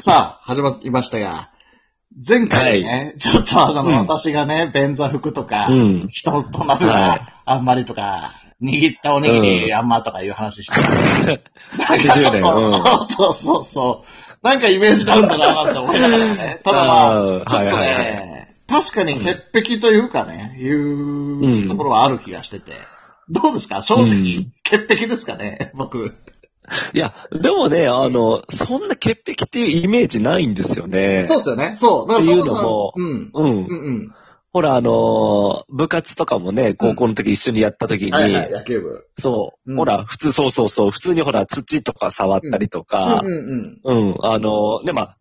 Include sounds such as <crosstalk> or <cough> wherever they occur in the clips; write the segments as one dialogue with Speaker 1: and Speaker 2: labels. Speaker 1: さあ、始まりましたが、前回ね、ちょっとあの、
Speaker 2: うん
Speaker 1: 私がね、便座服とか、
Speaker 2: うん。
Speaker 1: 人となる
Speaker 2: は
Speaker 1: が
Speaker 2: い
Speaker 1: あんまりとか、握ったおにぎりあんまとかいう話してた、なんかちょっと
Speaker 2: 80代う
Speaker 1: そうそうそう。なんかイメージダウンだなって思いながらね。ただまあ、ちょ
Speaker 2: <laughs>
Speaker 1: っ
Speaker 2: あー
Speaker 1: とね、
Speaker 2: はいはい
Speaker 1: 確かに潔癖というかね、いうところはある気がしてて。どうですか正直、
Speaker 2: うん
Speaker 1: 潔癖ですかね僕。
Speaker 2: <laughs> いや、でもね、あの、そんな潔癖っていうイメージないんですよね。
Speaker 1: そうですよね。そう。だから、
Speaker 2: っていうのも
Speaker 1: うん。
Speaker 2: う。
Speaker 1: うんんうん。
Speaker 2: ほら、あのー、部活とかもね、高校の時一緒にやった時に、
Speaker 1: はいはい、野球部。
Speaker 2: そう、
Speaker 1: うん
Speaker 2: ほら、普通、そうそうそう、普通にほら、土とか触ったりとか
Speaker 1: う、んうん
Speaker 2: うん、あのー、ね、まあ、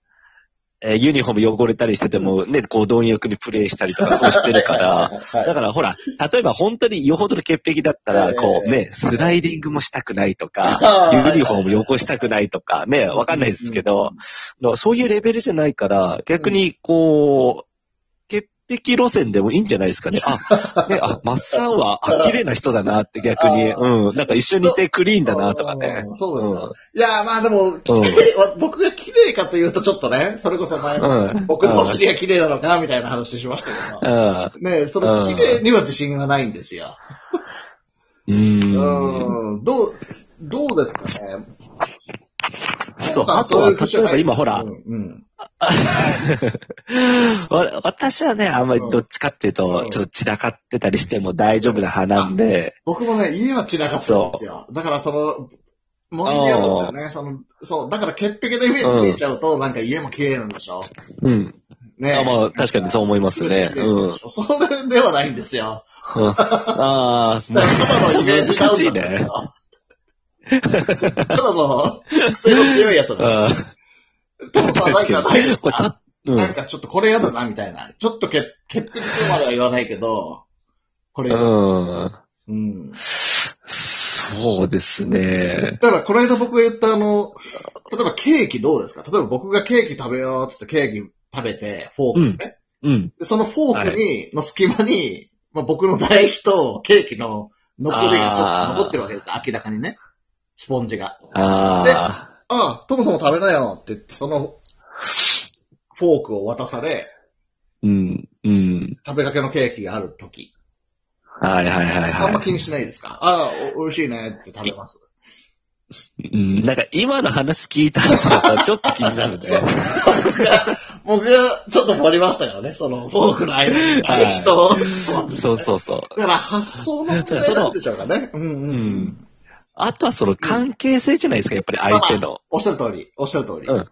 Speaker 2: えーユニフォーム汚れたりしてても、ね、こう、貪欲にプレイしたり
Speaker 1: <laughs>
Speaker 2: とか、そうしてるから、だ
Speaker 1: ら、
Speaker 2: からほら、例えば本当によほどの潔癖だった
Speaker 1: は
Speaker 2: ら、
Speaker 1: い
Speaker 2: こうね、スライディングもしたくないとか、
Speaker 1: ユ
Speaker 2: ユニフォーム汚したくないとかね、わかんないですけど、だからそういうレベルじゃないから、逆にこう、潔癖路線でもいいんじゃないですかね。あ、ね、あ、マッサンは、あ、綺麗な人だなって逆に、
Speaker 1: あ
Speaker 2: うん、なんか一緒にいてクリーンだなとかね。
Speaker 1: うん。そうですか
Speaker 2: うん。
Speaker 1: いやー、まあでも、綺麗わ僕が綺麗かというとちょっとね、それこそ前も、
Speaker 2: うん。
Speaker 1: 僕のお尻が綺麗なのか、みたいな話しましたけど。ねえ、その綺麗には自信がないんですよ。
Speaker 2: うん。うん。
Speaker 1: うん。どう、どうですかね。
Speaker 2: そう、
Speaker 1: さ
Speaker 2: あとは、
Speaker 1: い節
Speaker 2: 例えば
Speaker 1: ない
Speaker 2: 今ほら
Speaker 1: う、んうん。
Speaker 2: <laughs> わ私はね、あんまりどっちかってい
Speaker 1: う
Speaker 2: うと
Speaker 1: ん、
Speaker 2: ちょっと散らかってたりしても大丈夫な派なんで、
Speaker 1: 僕もね、家は散らかってるんですよ。だからその、モニターですよね。その、そう、だから潔癖のイメージついちゃうと、なんか家も綺麗なんでしょ
Speaker 2: うん。
Speaker 1: ね
Speaker 2: あまあ、確かにそう思いますね。うん。
Speaker 1: ん。それではないんですよ。
Speaker 2: うんああ、
Speaker 1: だからただのイメージダ
Speaker 2: 難し
Speaker 1: ウ
Speaker 2: い
Speaker 1: ンなんです
Speaker 2: ね。
Speaker 1: よ。ただの、癖の強いやつなんで
Speaker 2: あ
Speaker 1: す。でもさ、なん
Speaker 2: 確
Speaker 1: か
Speaker 2: か
Speaker 1: ないです
Speaker 2: これ
Speaker 1: か
Speaker 2: た、う
Speaker 1: なん
Speaker 2: ん。
Speaker 1: かちょっとこれやだな、みたいな。ちょっと潔潔癖とまでは言わないけど、これ、
Speaker 2: うん。
Speaker 1: うん。
Speaker 2: そうですね。
Speaker 1: だから、この間僕が言ったあの、例えばケーキどうですか例えば僕がケーキ食べようって言ってケーキ食べて、フォークね。
Speaker 2: うん。
Speaker 1: でそのフォークに、の隙間に、まあ、僕の唾液とケーキの残りがちょっと
Speaker 2: あー
Speaker 1: 残ってるわけですよ。明らかにね。スポンジが。
Speaker 2: あ
Speaker 1: ああ、トムさんも食べなよって言って、その、フォークを渡され、
Speaker 2: あ。うん。うん。
Speaker 1: 食べかけのケーキがあるとき。
Speaker 2: はいはいはい
Speaker 1: あんま
Speaker 2: は
Speaker 1: 気にしないですか、ああ、お美味しいねって食べます。
Speaker 2: い。うん。なんか今の話聞いた後だとちょっと気になるね。
Speaker 1: そう僕がちょっと盛りましたからね、その、フォークの間に唾液と、
Speaker 2: そうそうそう。
Speaker 1: だから発想の問題なんでしょうかね。うんうんう
Speaker 2: うんん。あとはその関係性じゃないですか、やっぱり相手の。
Speaker 1: おっしゃる通り、おっしゃる通り。
Speaker 2: うん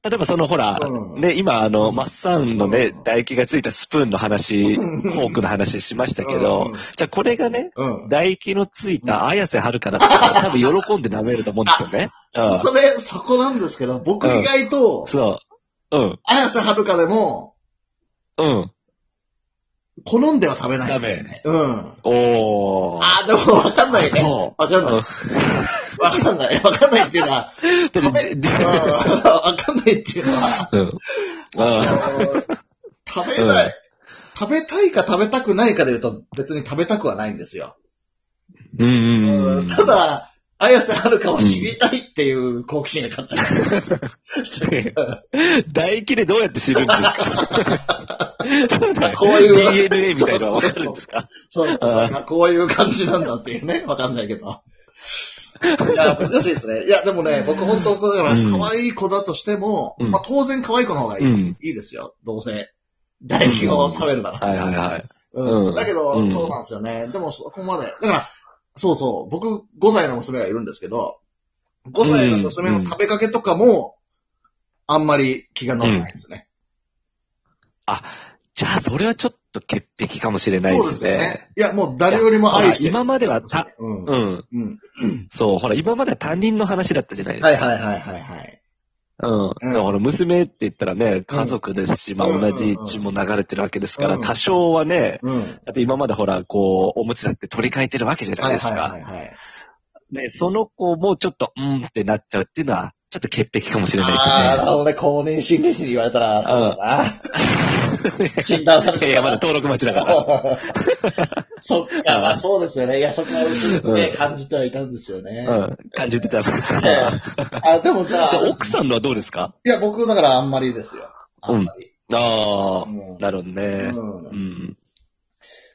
Speaker 2: 例えばそのほら
Speaker 1: う、ん
Speaker 2: ね、今あ
Speaker 1: う
Speaker 2: の、
Speaker 1: ん
Speaker 2: マッサンのね
Speaker 1: うん、
Speaker 2: 唾液がついたスプーンの話、フ
Speaker 1: うん
Speaker 2: ォークの話しましたけ
Speaker 1: う
Speaker 2: ど
Speaker 1: ん、
Speaker 2: じゃあこれがね、
Speaker 1: うん。
Speaker 2: 唾液のついた綾瀬はるかだったら、多分喜んで舐めると思うんですよね。
Speaker 1: そこで、そこなんですけど、僕意外
Speaker 2: う
Speaker 1: と
Speaker 2: ん。、そう。うん。
Speaker 1: 綾瀬はるかでも、
Speaker 2: うん。
Speaker 1: 好んでは食べないんですよね。うん。
Speaker 2: おー。
Speaker 1: あー、でもわかんないね。
Speaker 2: そ
Speaker 1: わかん
Speaker 2: う。
Speaker 1: ない。わかんない。わかんないっていうのは、
Speaker 2: うんでも、じ
Speaker 1: うんわかんないっていうのは、
Speaker 2: うん。うん
Speaker 1: あの食べない。食べたいか食べたくないかで言うと、別に食べたくはないんですよ。
Speaker 2: うん。うん。
Speaker 1: ただ、綾瀬はるかを知りたいっていう好奇心が勝っちゃう。
Speaker 2: 唾液でどうやって知るんですか
Speaker 1: こういう
Speaker 2: DNA みたいなのわかるんですか
Speaker 1: そうそう。
Speaker 2: うん
Speaker 1: なんかこういう感じなんだっていう <laughs> ね。わかんないけど。いや、難しいですね。いや、でもね、僕本当、だから、
Speaker 2: うん
Speaker 1: 可愛い子だとしても、
Speaker 2: うん
Speaker 1: まあ当然可愛い子の方がいいです,、
Speaker 2: うん
Speaker 1: いいですよ。どうせ。唾液を食べるなら。
Speaker 2: はいはいはい。
Speaker 1: うん
Speaker 2: うん
Speaker 1: だけど、
Speaker 2: うん
Speaker 1: そうなんですよね。でも、そこまで。だから、そうそう。僕、5歳の娘がいるんですけど、5歳の娘の食べかけとかも、あんまり気が乗らないですね。
Speaker 2: じゃあ、それはちょっと潔癖かもしれないで
Speaker 1: そうです
Speaker 2: す
Speaker 1: よ
Speaker 2: ね。
Speaker 1: ね。いや、もう誰よりも愛してる
Speaker 2: いや今まではた、
Speaker 1: うん。
Speaker 2: う。
Speaker 1: うんん。
Speaker 2: そう、ほら、今までは他人の話だったじゃないですか
Speaker 1: はいはいはいはいはい。
Speaker 2: うん。
Speaker 1: うん
Speaker 2: だから娘って言ったらね、家族ですし、まあ
Speaker 1: うん
Speaker 2: 同じ血も流れてるわけですから、
Speaker 1: うん
Speaker 2: 多少はね、
Speaker 1: うん。
Speaker 2: だって今までほら、こう、おむつだって取り替えてるわけじゃない
Speaker 1: はい
Speaker 2: ですか。
Speaker 1: はいはいはい。
Speaker 2: ね、その子もちょっと、うんってなっちゃうっていうのは、ちょっと潔癖かもしれないです
Speaker 1: ああ、な
Speaker 2: ね。 <laughs>
Speaker 1: るほどね。公認心理師に言われたら、そうだな。診断されて
Speaker 2: いや、まだ登録待ちだから。
Speaker 1: <laughs> そっか、まあそうですよね。いや、そこはうち
Speaker 2: う
Speaker 1: で
Speaker 2: ん
Speaker 1: 感じてはいたんですよね。
Speaker 2: うん、感じてた。
Speaker 1: ええあ、でもさ、い
Speaker 2: 奥さんのはどうですか
Speaker 1: や、僕だからあんまりですよ。あんまり。
Speaker 2: ああ、
Speaker 1: うん
Speaker 2: なるほどね。
Speaker 1: うん
Speaker 2: うん。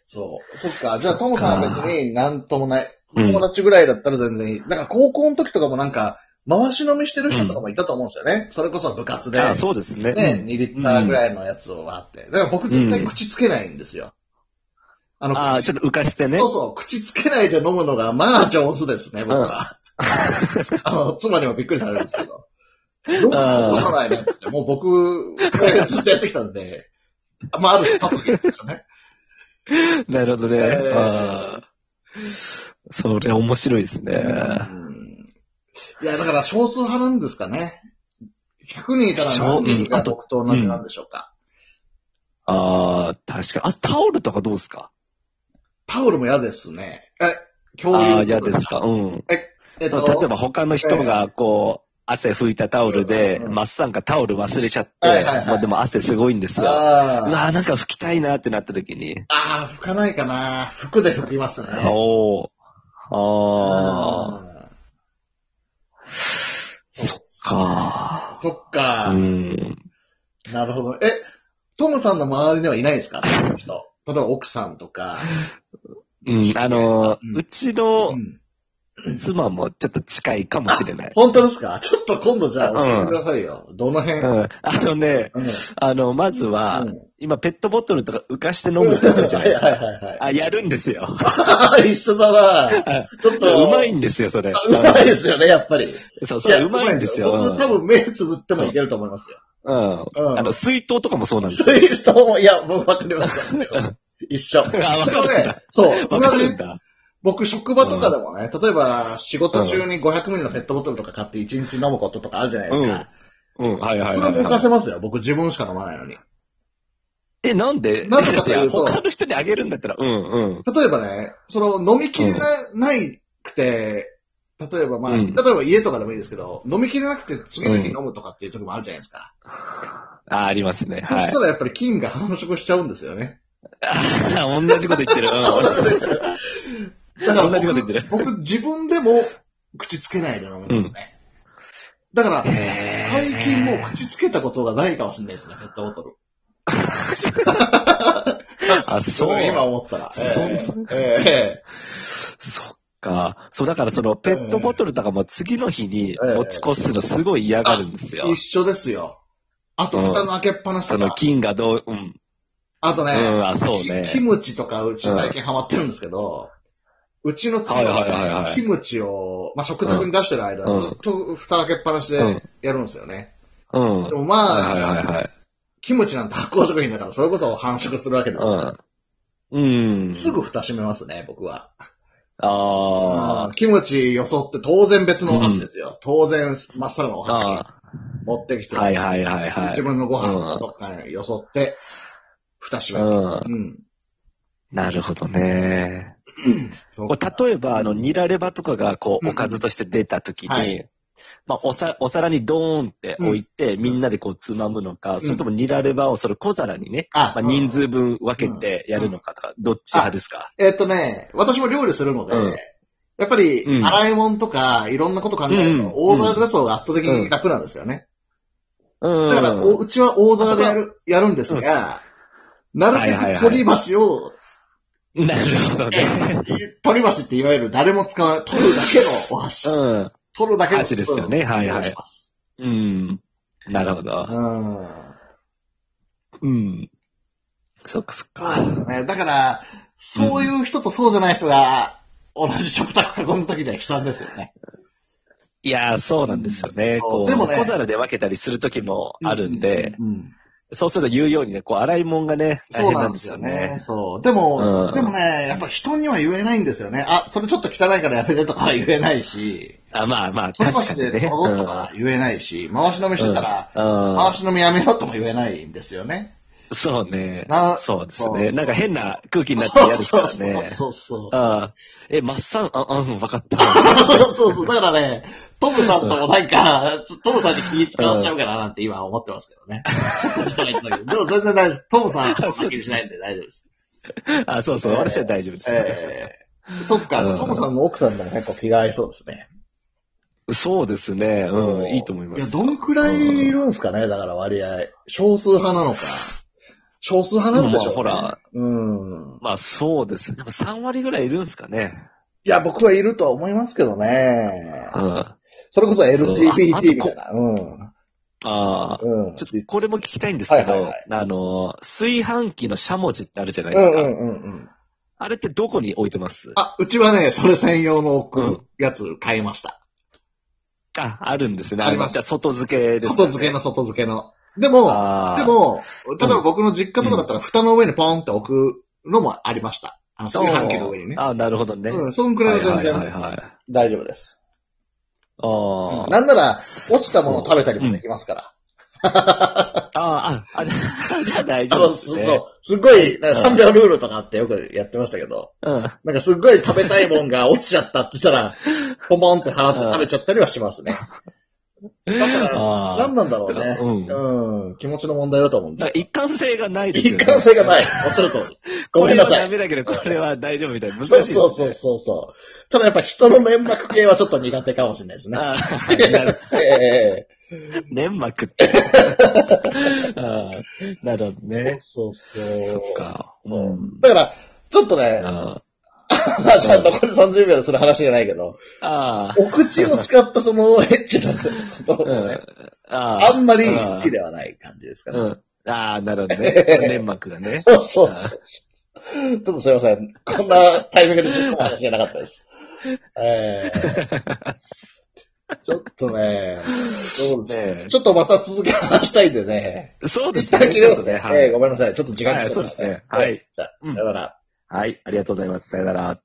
Speaker 1: そう。そっか。じゃあ、ともさんは別になんともない。
Speaker 2: うん
Speaker 1: 友達ぐらいだったら全然いい。だから高校の時とかもなんか、回し飲みしてる人とかもいたと思うんですよね。それこそ部活で。
Speaker 2: ああそうですね。
Speaker 1: ね、2リッターぐらいのやつを割って。だから僕絶対口つけないんですよ。あの、
Speaker 2: ああ、
Speaker 1: 口
Speaker 2: ちょっと浮かしてね
Speaker 1: そ。うそう、口つけないで飲むのがまあ上手ですね、僕
Speaker 2: <laughs>
Speaker 1: は。あの、妻にもびっくりされるんですけど。どうも落とさないねって言って、もう僕、ずっとやってきたんで。まあ、ある種、パソコンですよね。
Speaker 2: なるほどね。
Speaker 1: ええ
Speaker 2: ああそれ面白いですね。
Speaker 1: うんいや、だから少数派なんですかね。100人いたら何人
Speaker 2: そううんあ
Speaker 1: が
Speaker 2: と
Speaker 1: 僕と同じなんでしょうか。
Speaker 2: ああ、確かに。あ、タオルとかどうですか
Speaker 1: タオルも嫌ですね。え、共有
Speaker 2: ああ、嫌ですか。うん。
Speaker 1: えっ
Speaker 2: そ
Speaker 1: と
Speaker 2: う例えば他の人がこう、汗拭いたタオルで、
Speaker 1: うんうん
Speaker 2: マッサンがタオル忘れちゃって、
Speaker 1: はいはいはい
Speaker 2: まあでも汗すごいんですよ。う
Speaker 1: あー
Speaker 2: わあ、なんか拭きたいなってなった時に。
Speaker 1: あー、拭かないかな。服で拭きますね。
Speaker 2: おー。ああ、
Speaker 1: あー。
Speaker 2: そっか。
Speaker 1: そっか、
Speaker 2: うん。
Speaker 1: なるほど。え、トムさんの周りにはいないですかそういう人。例えば奥さんとか。
Speaker 2: うん、あの、
Speaker 1: うん
Speaker 2: うちの
Speaker 1: うん
Speaker 2: 妻もちょっと近いかもしれない。
Speaker 1: 本当ですかちょっと今度じゃあ教えてくださいよ。どの
Speaker 2: う
Speaker 1: 辺、うん
Speaker 2: ん。あのね、あの、まずは、今ペットボトルとか浮かして飲むってやつじゃないです
Speaker 1: は
Speaker 2: か。
Speaker 1: いはいはいはい。
Speaker 2: あ、やるんですよ。
Speaker 1: 一緒だなちょっと。
Speaker 2: うまい
Speaker 1: ん
Speaker 2: んですよ、それ。
Speaker 1: うまいですよね、やっぱり。
Speaker 2: そう、それうまいんですよ。
Speaker 1: 僕多分目つぶってもいけると思いますよ。
Speaker 2: うん。
Speaker 1: うん。
Speaker 2: あの、水筒とかもそうなんです
Speaker 1: そ
Speaker 2: よ。
Speaker 1: ういう人も、いや、もうわかりました。一緒。
Speaker 2: <laughs> あ、わかるんだ。
Speaker 1: そう。
Speaker 2: わ
Speaker 1: 今
Speaker 2: かるん
Speaker 1: ね、
Speaker 2: だ。
Speaker 1: 僕職場とかでもね、例えば仕事中に500ミリのペットボトルとか買って1日飲むこととかあるじゃないですか。
Speaker 2: うん、はいはい
Speaker 1: そ
Speaker 2: は
Speaker 1: れ
Speaker 2: い
Speaker 1: も浮か
Speaker 2: はい。
Speaker 1: せますよ。僕自分しか飲まないのに。
Speaker 2: え、なんで
Speaker 1: なんでかと
Speaker 2: い
Speaker 1: い
Speaker 2: や
Speaker 1: うと
Speaker 2: 他の人にあげるんだったら、うんうん。
Speaker 1: 例えばね、その飲みきれな,、ないくて、例えばまあ、
Speaker 2: うん
Speaker 1: 例えば家とかでもいいですけど、飲みきれなくて次の日飲むとかっていう時もあるじゃないですか。
Speaker 2: あ、ありますね。
Speaker 1: そ
Speaker 2: は
Speaker 1: し
Speaker 2: い
Speaker 1: た。らやっぱり菌が繁殖しちゃうんですよね。
Speaker 2: あ同じこと言ってる。
Speaker 1: だから僕
Speaker 2: 同じこと言ってる
Speaker 1: 僕自分でも口つけないで飲むんですね。だから、最
Speaker 2: 最
Speaker 1: 近もう口つけたことがないかもしれないですね、ペットボトル。
Speaker 2: あ、そう。
Speaker 1: 今思ったら。
Speaker 2: そう
Speaker 1: えええ
Speaker 2: そっか。そう、だからそのペットボトルとかも次の日に持ち越すのすごい嫌がるんです
Speaker 1: え
Speaker 2: よ
Speaker 1: 一。緒ですよ。あと、蓋の開けっぱなし
Speaker 2: そ
Speaker 1: と
Speaker 2: の
Speaker 1: か。
Speaker 2: 菌がどう、うん。
Speaker 1: あとね、
Speaker 2: うんあそうね
Speaker 1: キキムチとかうち最近ハマってるんですけど、うちの妻
Speaker 2: はいはいはいは
Speaker 1: が
Speaker 2: い
Speaker 1: キムチを、まあ、食卓に出してる間、
Speaker 2: うん
Speaker 1: ずっと蓋開けっぱなし
Speaker 2: う
Speaker 1: で
Speaker 2: ん
Speaker 1: やるんですよね。
Speaker 2: うん。は
Speaker 1: で
Speaker 2: い
Speaker 1: もまあ、
Speaker 2: はいはいはい。
Speaker 1: キムチなんて発酵食品だから、それこそ繁殖するわけですよ。
Speaker 2: うん。うん。
Speaker 1: すぐ蓋閉めますね、僕は。
Speaker 2: あ
Speaker 1: キムチよそって当然別のお箸ですよ。当然、まっさらのお
Speaker 2: あ。
Speaker 1: 箸
Speaker 2: あ
Speaker 1: 持ってきて、
Speaker 2: あ。はいはいはいは
Speaker 1: 自
Speaker 2: い。
Speaker 1: 分のご飯とかによそって、蓋閉める。
Speaker 2: うん。
Speaker 1: うん。
Speaker 2: なるほどね。
Speaker 1: そう
Speaker 2: こう例えば、あの、ニラレバとかが、こ
Speaker 1: う
Speaker 2: う、
Speaker 1: ん
Speaker 2: おかずとして出た時
Speaker 1: は
Speaker 2: に、まあ、おさ、お皿にドーンって置いて、みんなでこう、つまむのか、それともニラレバをそれ小皿にね、
Speaker 1: あ
Speaker 2: まあ、人数分分けてやるのかとか、どっち派ですか
Speaker 1: えっとね、私も料理するので、
Speaker 2: うん
Speaker 1: やっぱり、
Speaker 2: うん
Speaker 1: 洗い物とか、いろんなこと考える
Speaker 2: うん
Speaker 1: と、大皿で出す方が圧倒的に楽なんですよね。
Speaker 2: うん。
Speaker 1: だから、おうちは大皿でやる、やるんですが、なるべく取り箸を、
Speaker 2: なるほどね。
Speaker 1: <laughs> 取り箸っていわゆる誰も使わない、取るだけのお箸。
Speaker 2: うん。
Speaker 1: 取るだけの
Speaker 2: 箸ですよねはいはい
Speaker 1: 取ります
Speaker 2: うん。なるほど。
Speaker 1: うん。
Speaker 2: うん。そっかそっ
Speaker 1: そうなん
Speaker 2: か
Speaker 1: です。よね。だから、そういう人とそうじゃない人が、同じ食卓囲むときには悲惨ですよね。
Speaker 2: いやー、そうなんですよね。
Speaker 1: そう
Speaker 2: こう
Speaker 1: でもね
Speaker 2: 小皿で分けたりする時もあるんで、
Speaker 1: うん。うん
Speaker 2: そうすると言うようにね、こう、洗い物がね、大
Speaker 1: そう
Speaker 2: 変
Speaker 1: な
Speaker 2: なんん
Speaker 1: で
Speaker 2: ですす
Speaker 1: よ
Speaker 2: よ
Speaker 1: ね
Speaker 2: ね。。
Speaker 1: そう。でも、
Speaker 2: うん
Speaker 1: でもね、やっぱ人には言えないんですよね。あ、それちょっと汚いからやめてとかは言えないし、
Speaker 2: あまあまあ、
Speaker 1: 取り
Speaker 2: 確か
Speaker 1: 箸
Speaker 2: に
Speaker 1: で
Speaker 2: ね。
Speaker 1: 取ろうとかは言えないし、回し飲みしてたら、
Speaker 2: うんうん
Speaker 1: 回し飲みやめろとも言えないんですよね。
Speaker 2: そうね。
Speaker 1: な
Speaker 2: そうです
Speaker 1: そう
Speaker 2: ね。
Speaker 1: そう
Speaker 2: なんか変な空気になって嫌ですからね。
Speaker 1: <laughs> そうそう。
Speaker 2: ああえ、マッサン、あ、あ、うん、わかった。
Speaker 1: <laughs> そうそう。だからね、トムさんともなんか、 <laughs> トムさんに気使わしちゃうかななんて今思ってますけど <laughs> ね。ちょっと時間がいっただけどでも全然大丈夫。トムさんはそんな気にしないんで大丈夫です。
Speaker 2: あ、そうそう、
Speaker 1: えー
Speaker 2: 私は大丈夫です、
Speaker 1: ええそっか、
Speaker 2: うん
Speaker 1: トムさんの奥さんなら結構気が合いそうですね。
Speaker 2: そうですね。うん、いいと思いま
Speaker 1: いや、
Speaker 2: す。
Speaker 1: どんくらいいるんですかね、だから割合。少数派なのか。少数派なんでしょう、ね。
Speaker 2: でもまあほら。
Speaker 1: うん。
Speaker 2: まあそうですね。でも3割ぐらいいるんですかね。
Speaker 1: いや、僕はいるとは思いますけどね。
Speaker 2: うん。あ
Speaker 1: それこそ
Speaker 2: ああと
Speaker 1: LGBT み
Speaker 2: こ
Speaker 1: たいな。うん。
Speaker 2: あ。
Speaker 1: うん。
Speaker 2: ちょっとこれも聞きたいんですけど、
Speaker 1: はいはいはい
Speaker 2: あの、炊飯器のしゃもじってあるじゃないで
Speaker 1: う
Speaker 2: す
Speaker 1: ん
Speaker 2: か。
Speaker 1: うんうんうん。
Speaker 2: あれってどこに置いてます
Speaker 1: あ、うちはね、それ専用の
Speaker 2: う
Speaker 1: 置
Speaker 2: ん
Speaker 1: くやつ買いました。
Speaker 2: あ、あるんですね。
Speaker 1: あります
Speaker 2: のじゃあ外付けです、ね。
Speaker 1: 外付けの外付けの。でも、
Speaker 2: ああ。
Speaker 1: で、も、例えば僕の実家とかだったら、蓋の上にポンって置くのもありました。あの、炊飯器の上にね。
Speaker 2: ああ、なるほどね。
Speaker 1: うん、そんくらいは全
Speaker 2: はいはい
Speaker 1: 然
Speaker 2: はいはい。
Speaker 1: 大丈夫です。
Speaker 2: あ
Speaker 1: なんなら、落ちたものを食べたりもできますから。
Speaker 2: あ、ああ、あ、じゃあじゃあ大
Speaker 1: あ
Speaker 2: 丈夫
Speaker 1: の、
Speaker 2: です
Speaker 1: そう
Speaker 2: ね。
Speaker 1: そう、すっごい、なんか
Speaker 2: うん
Speaker 1: 3秒ルールとかあってよくやってましたけど、
Speaker 2: うん。
Speaker 1: なんかすっごい食べたいもんが落ちちゃったって言った
Speaker 2: <laughs>
Speaker 1: ら、ポモンって払って食べちゃったりはしますね。だから、
Speaker 2: あ
Speaker 1: なんなんだろうね。
Speaker 2: うん
Speaker 1: うん、気持ちの問題だと思うん
Speaker 2: だから
Speaker 1: で。
Speaker 2: 一貫性がないです
Speaker 1: 一
Speaker 2: よね。
Speaker 1: 貫性がない。おっしゃる通り。ご
Speaker 2: こ
Speaker 1: め
Speaker 2: れ
Speaker 1: んな
Speaker 2: は
Speaker 1: さ
Speaker 2: ダ
Speaker 1: い。
Speaker 2: メだけど、これは大丈夫みたいな。難しい
Speaker 1: そう
Speaker 2: で
Speaker 1: そうそ
Speaker 2: すね。
Speaker 1: うそうそう。ただやっぱ人の粘膜系はちょっと苦手かもしれないです
Speaker 2: <laughs>
Speaker 1: ね。
Speaker 2: あーなる
Speaker 1: ええ
Speaker 2: 粘膜
Speaker 1: <laughs>
Speaker 2: って。あーなるほどね。
Speaker 1: そうそう。
Speaker 2: そっか。
Speaker 1: そう
Speaker 2: うん。
Speaker 1: だから、ちょっとね、
Speaker 2: あ
Speaker 1: まあじゃあ残り30秒でする話じゃないけど、
Speaker 2: あー。
Speaker 1: お口を使ったそのエッチなことをね、あ
Speaker 2: あ
Speaker 1: んまり好きではない感じですか
Speaker 2: あー。
Speaker 1: ね。
Speaker 2: うん。ああ、なるほど
Speaker 1: <laughs>
Speaker 2: ね。粘膜がね。
Speaker 1: そうそう
Speaker 2: あー
Speaker 1: ちょっとすいません。こんなタイミングで出てくる話じゃなかったです。ええ
Speaker 2: <laughs>
Speaker 1: ちょっとね、そうです
Speaker 2: ねえ
Speaker 1: ちょっとまた続け話したいんで
Speaker 2: <laughs>
Speaker 1: ね。
Speaker 2: そうで
Speaker 1: 一
Speaker 2: す
Speaker 1: 旦
Speaker 2: ね。
Speaker 1: 切れますね。
Speaker 2: は
Speaker 1: ええ
Speaker 2: い。
Speaker 1: ごめんなさい。ちょっと時間が来てます
Speaker 2: はいそうですねはい。
Speaker 1: じゃあ、さようなら。
Speaker 2: はい。ありがとうございます。さよなら。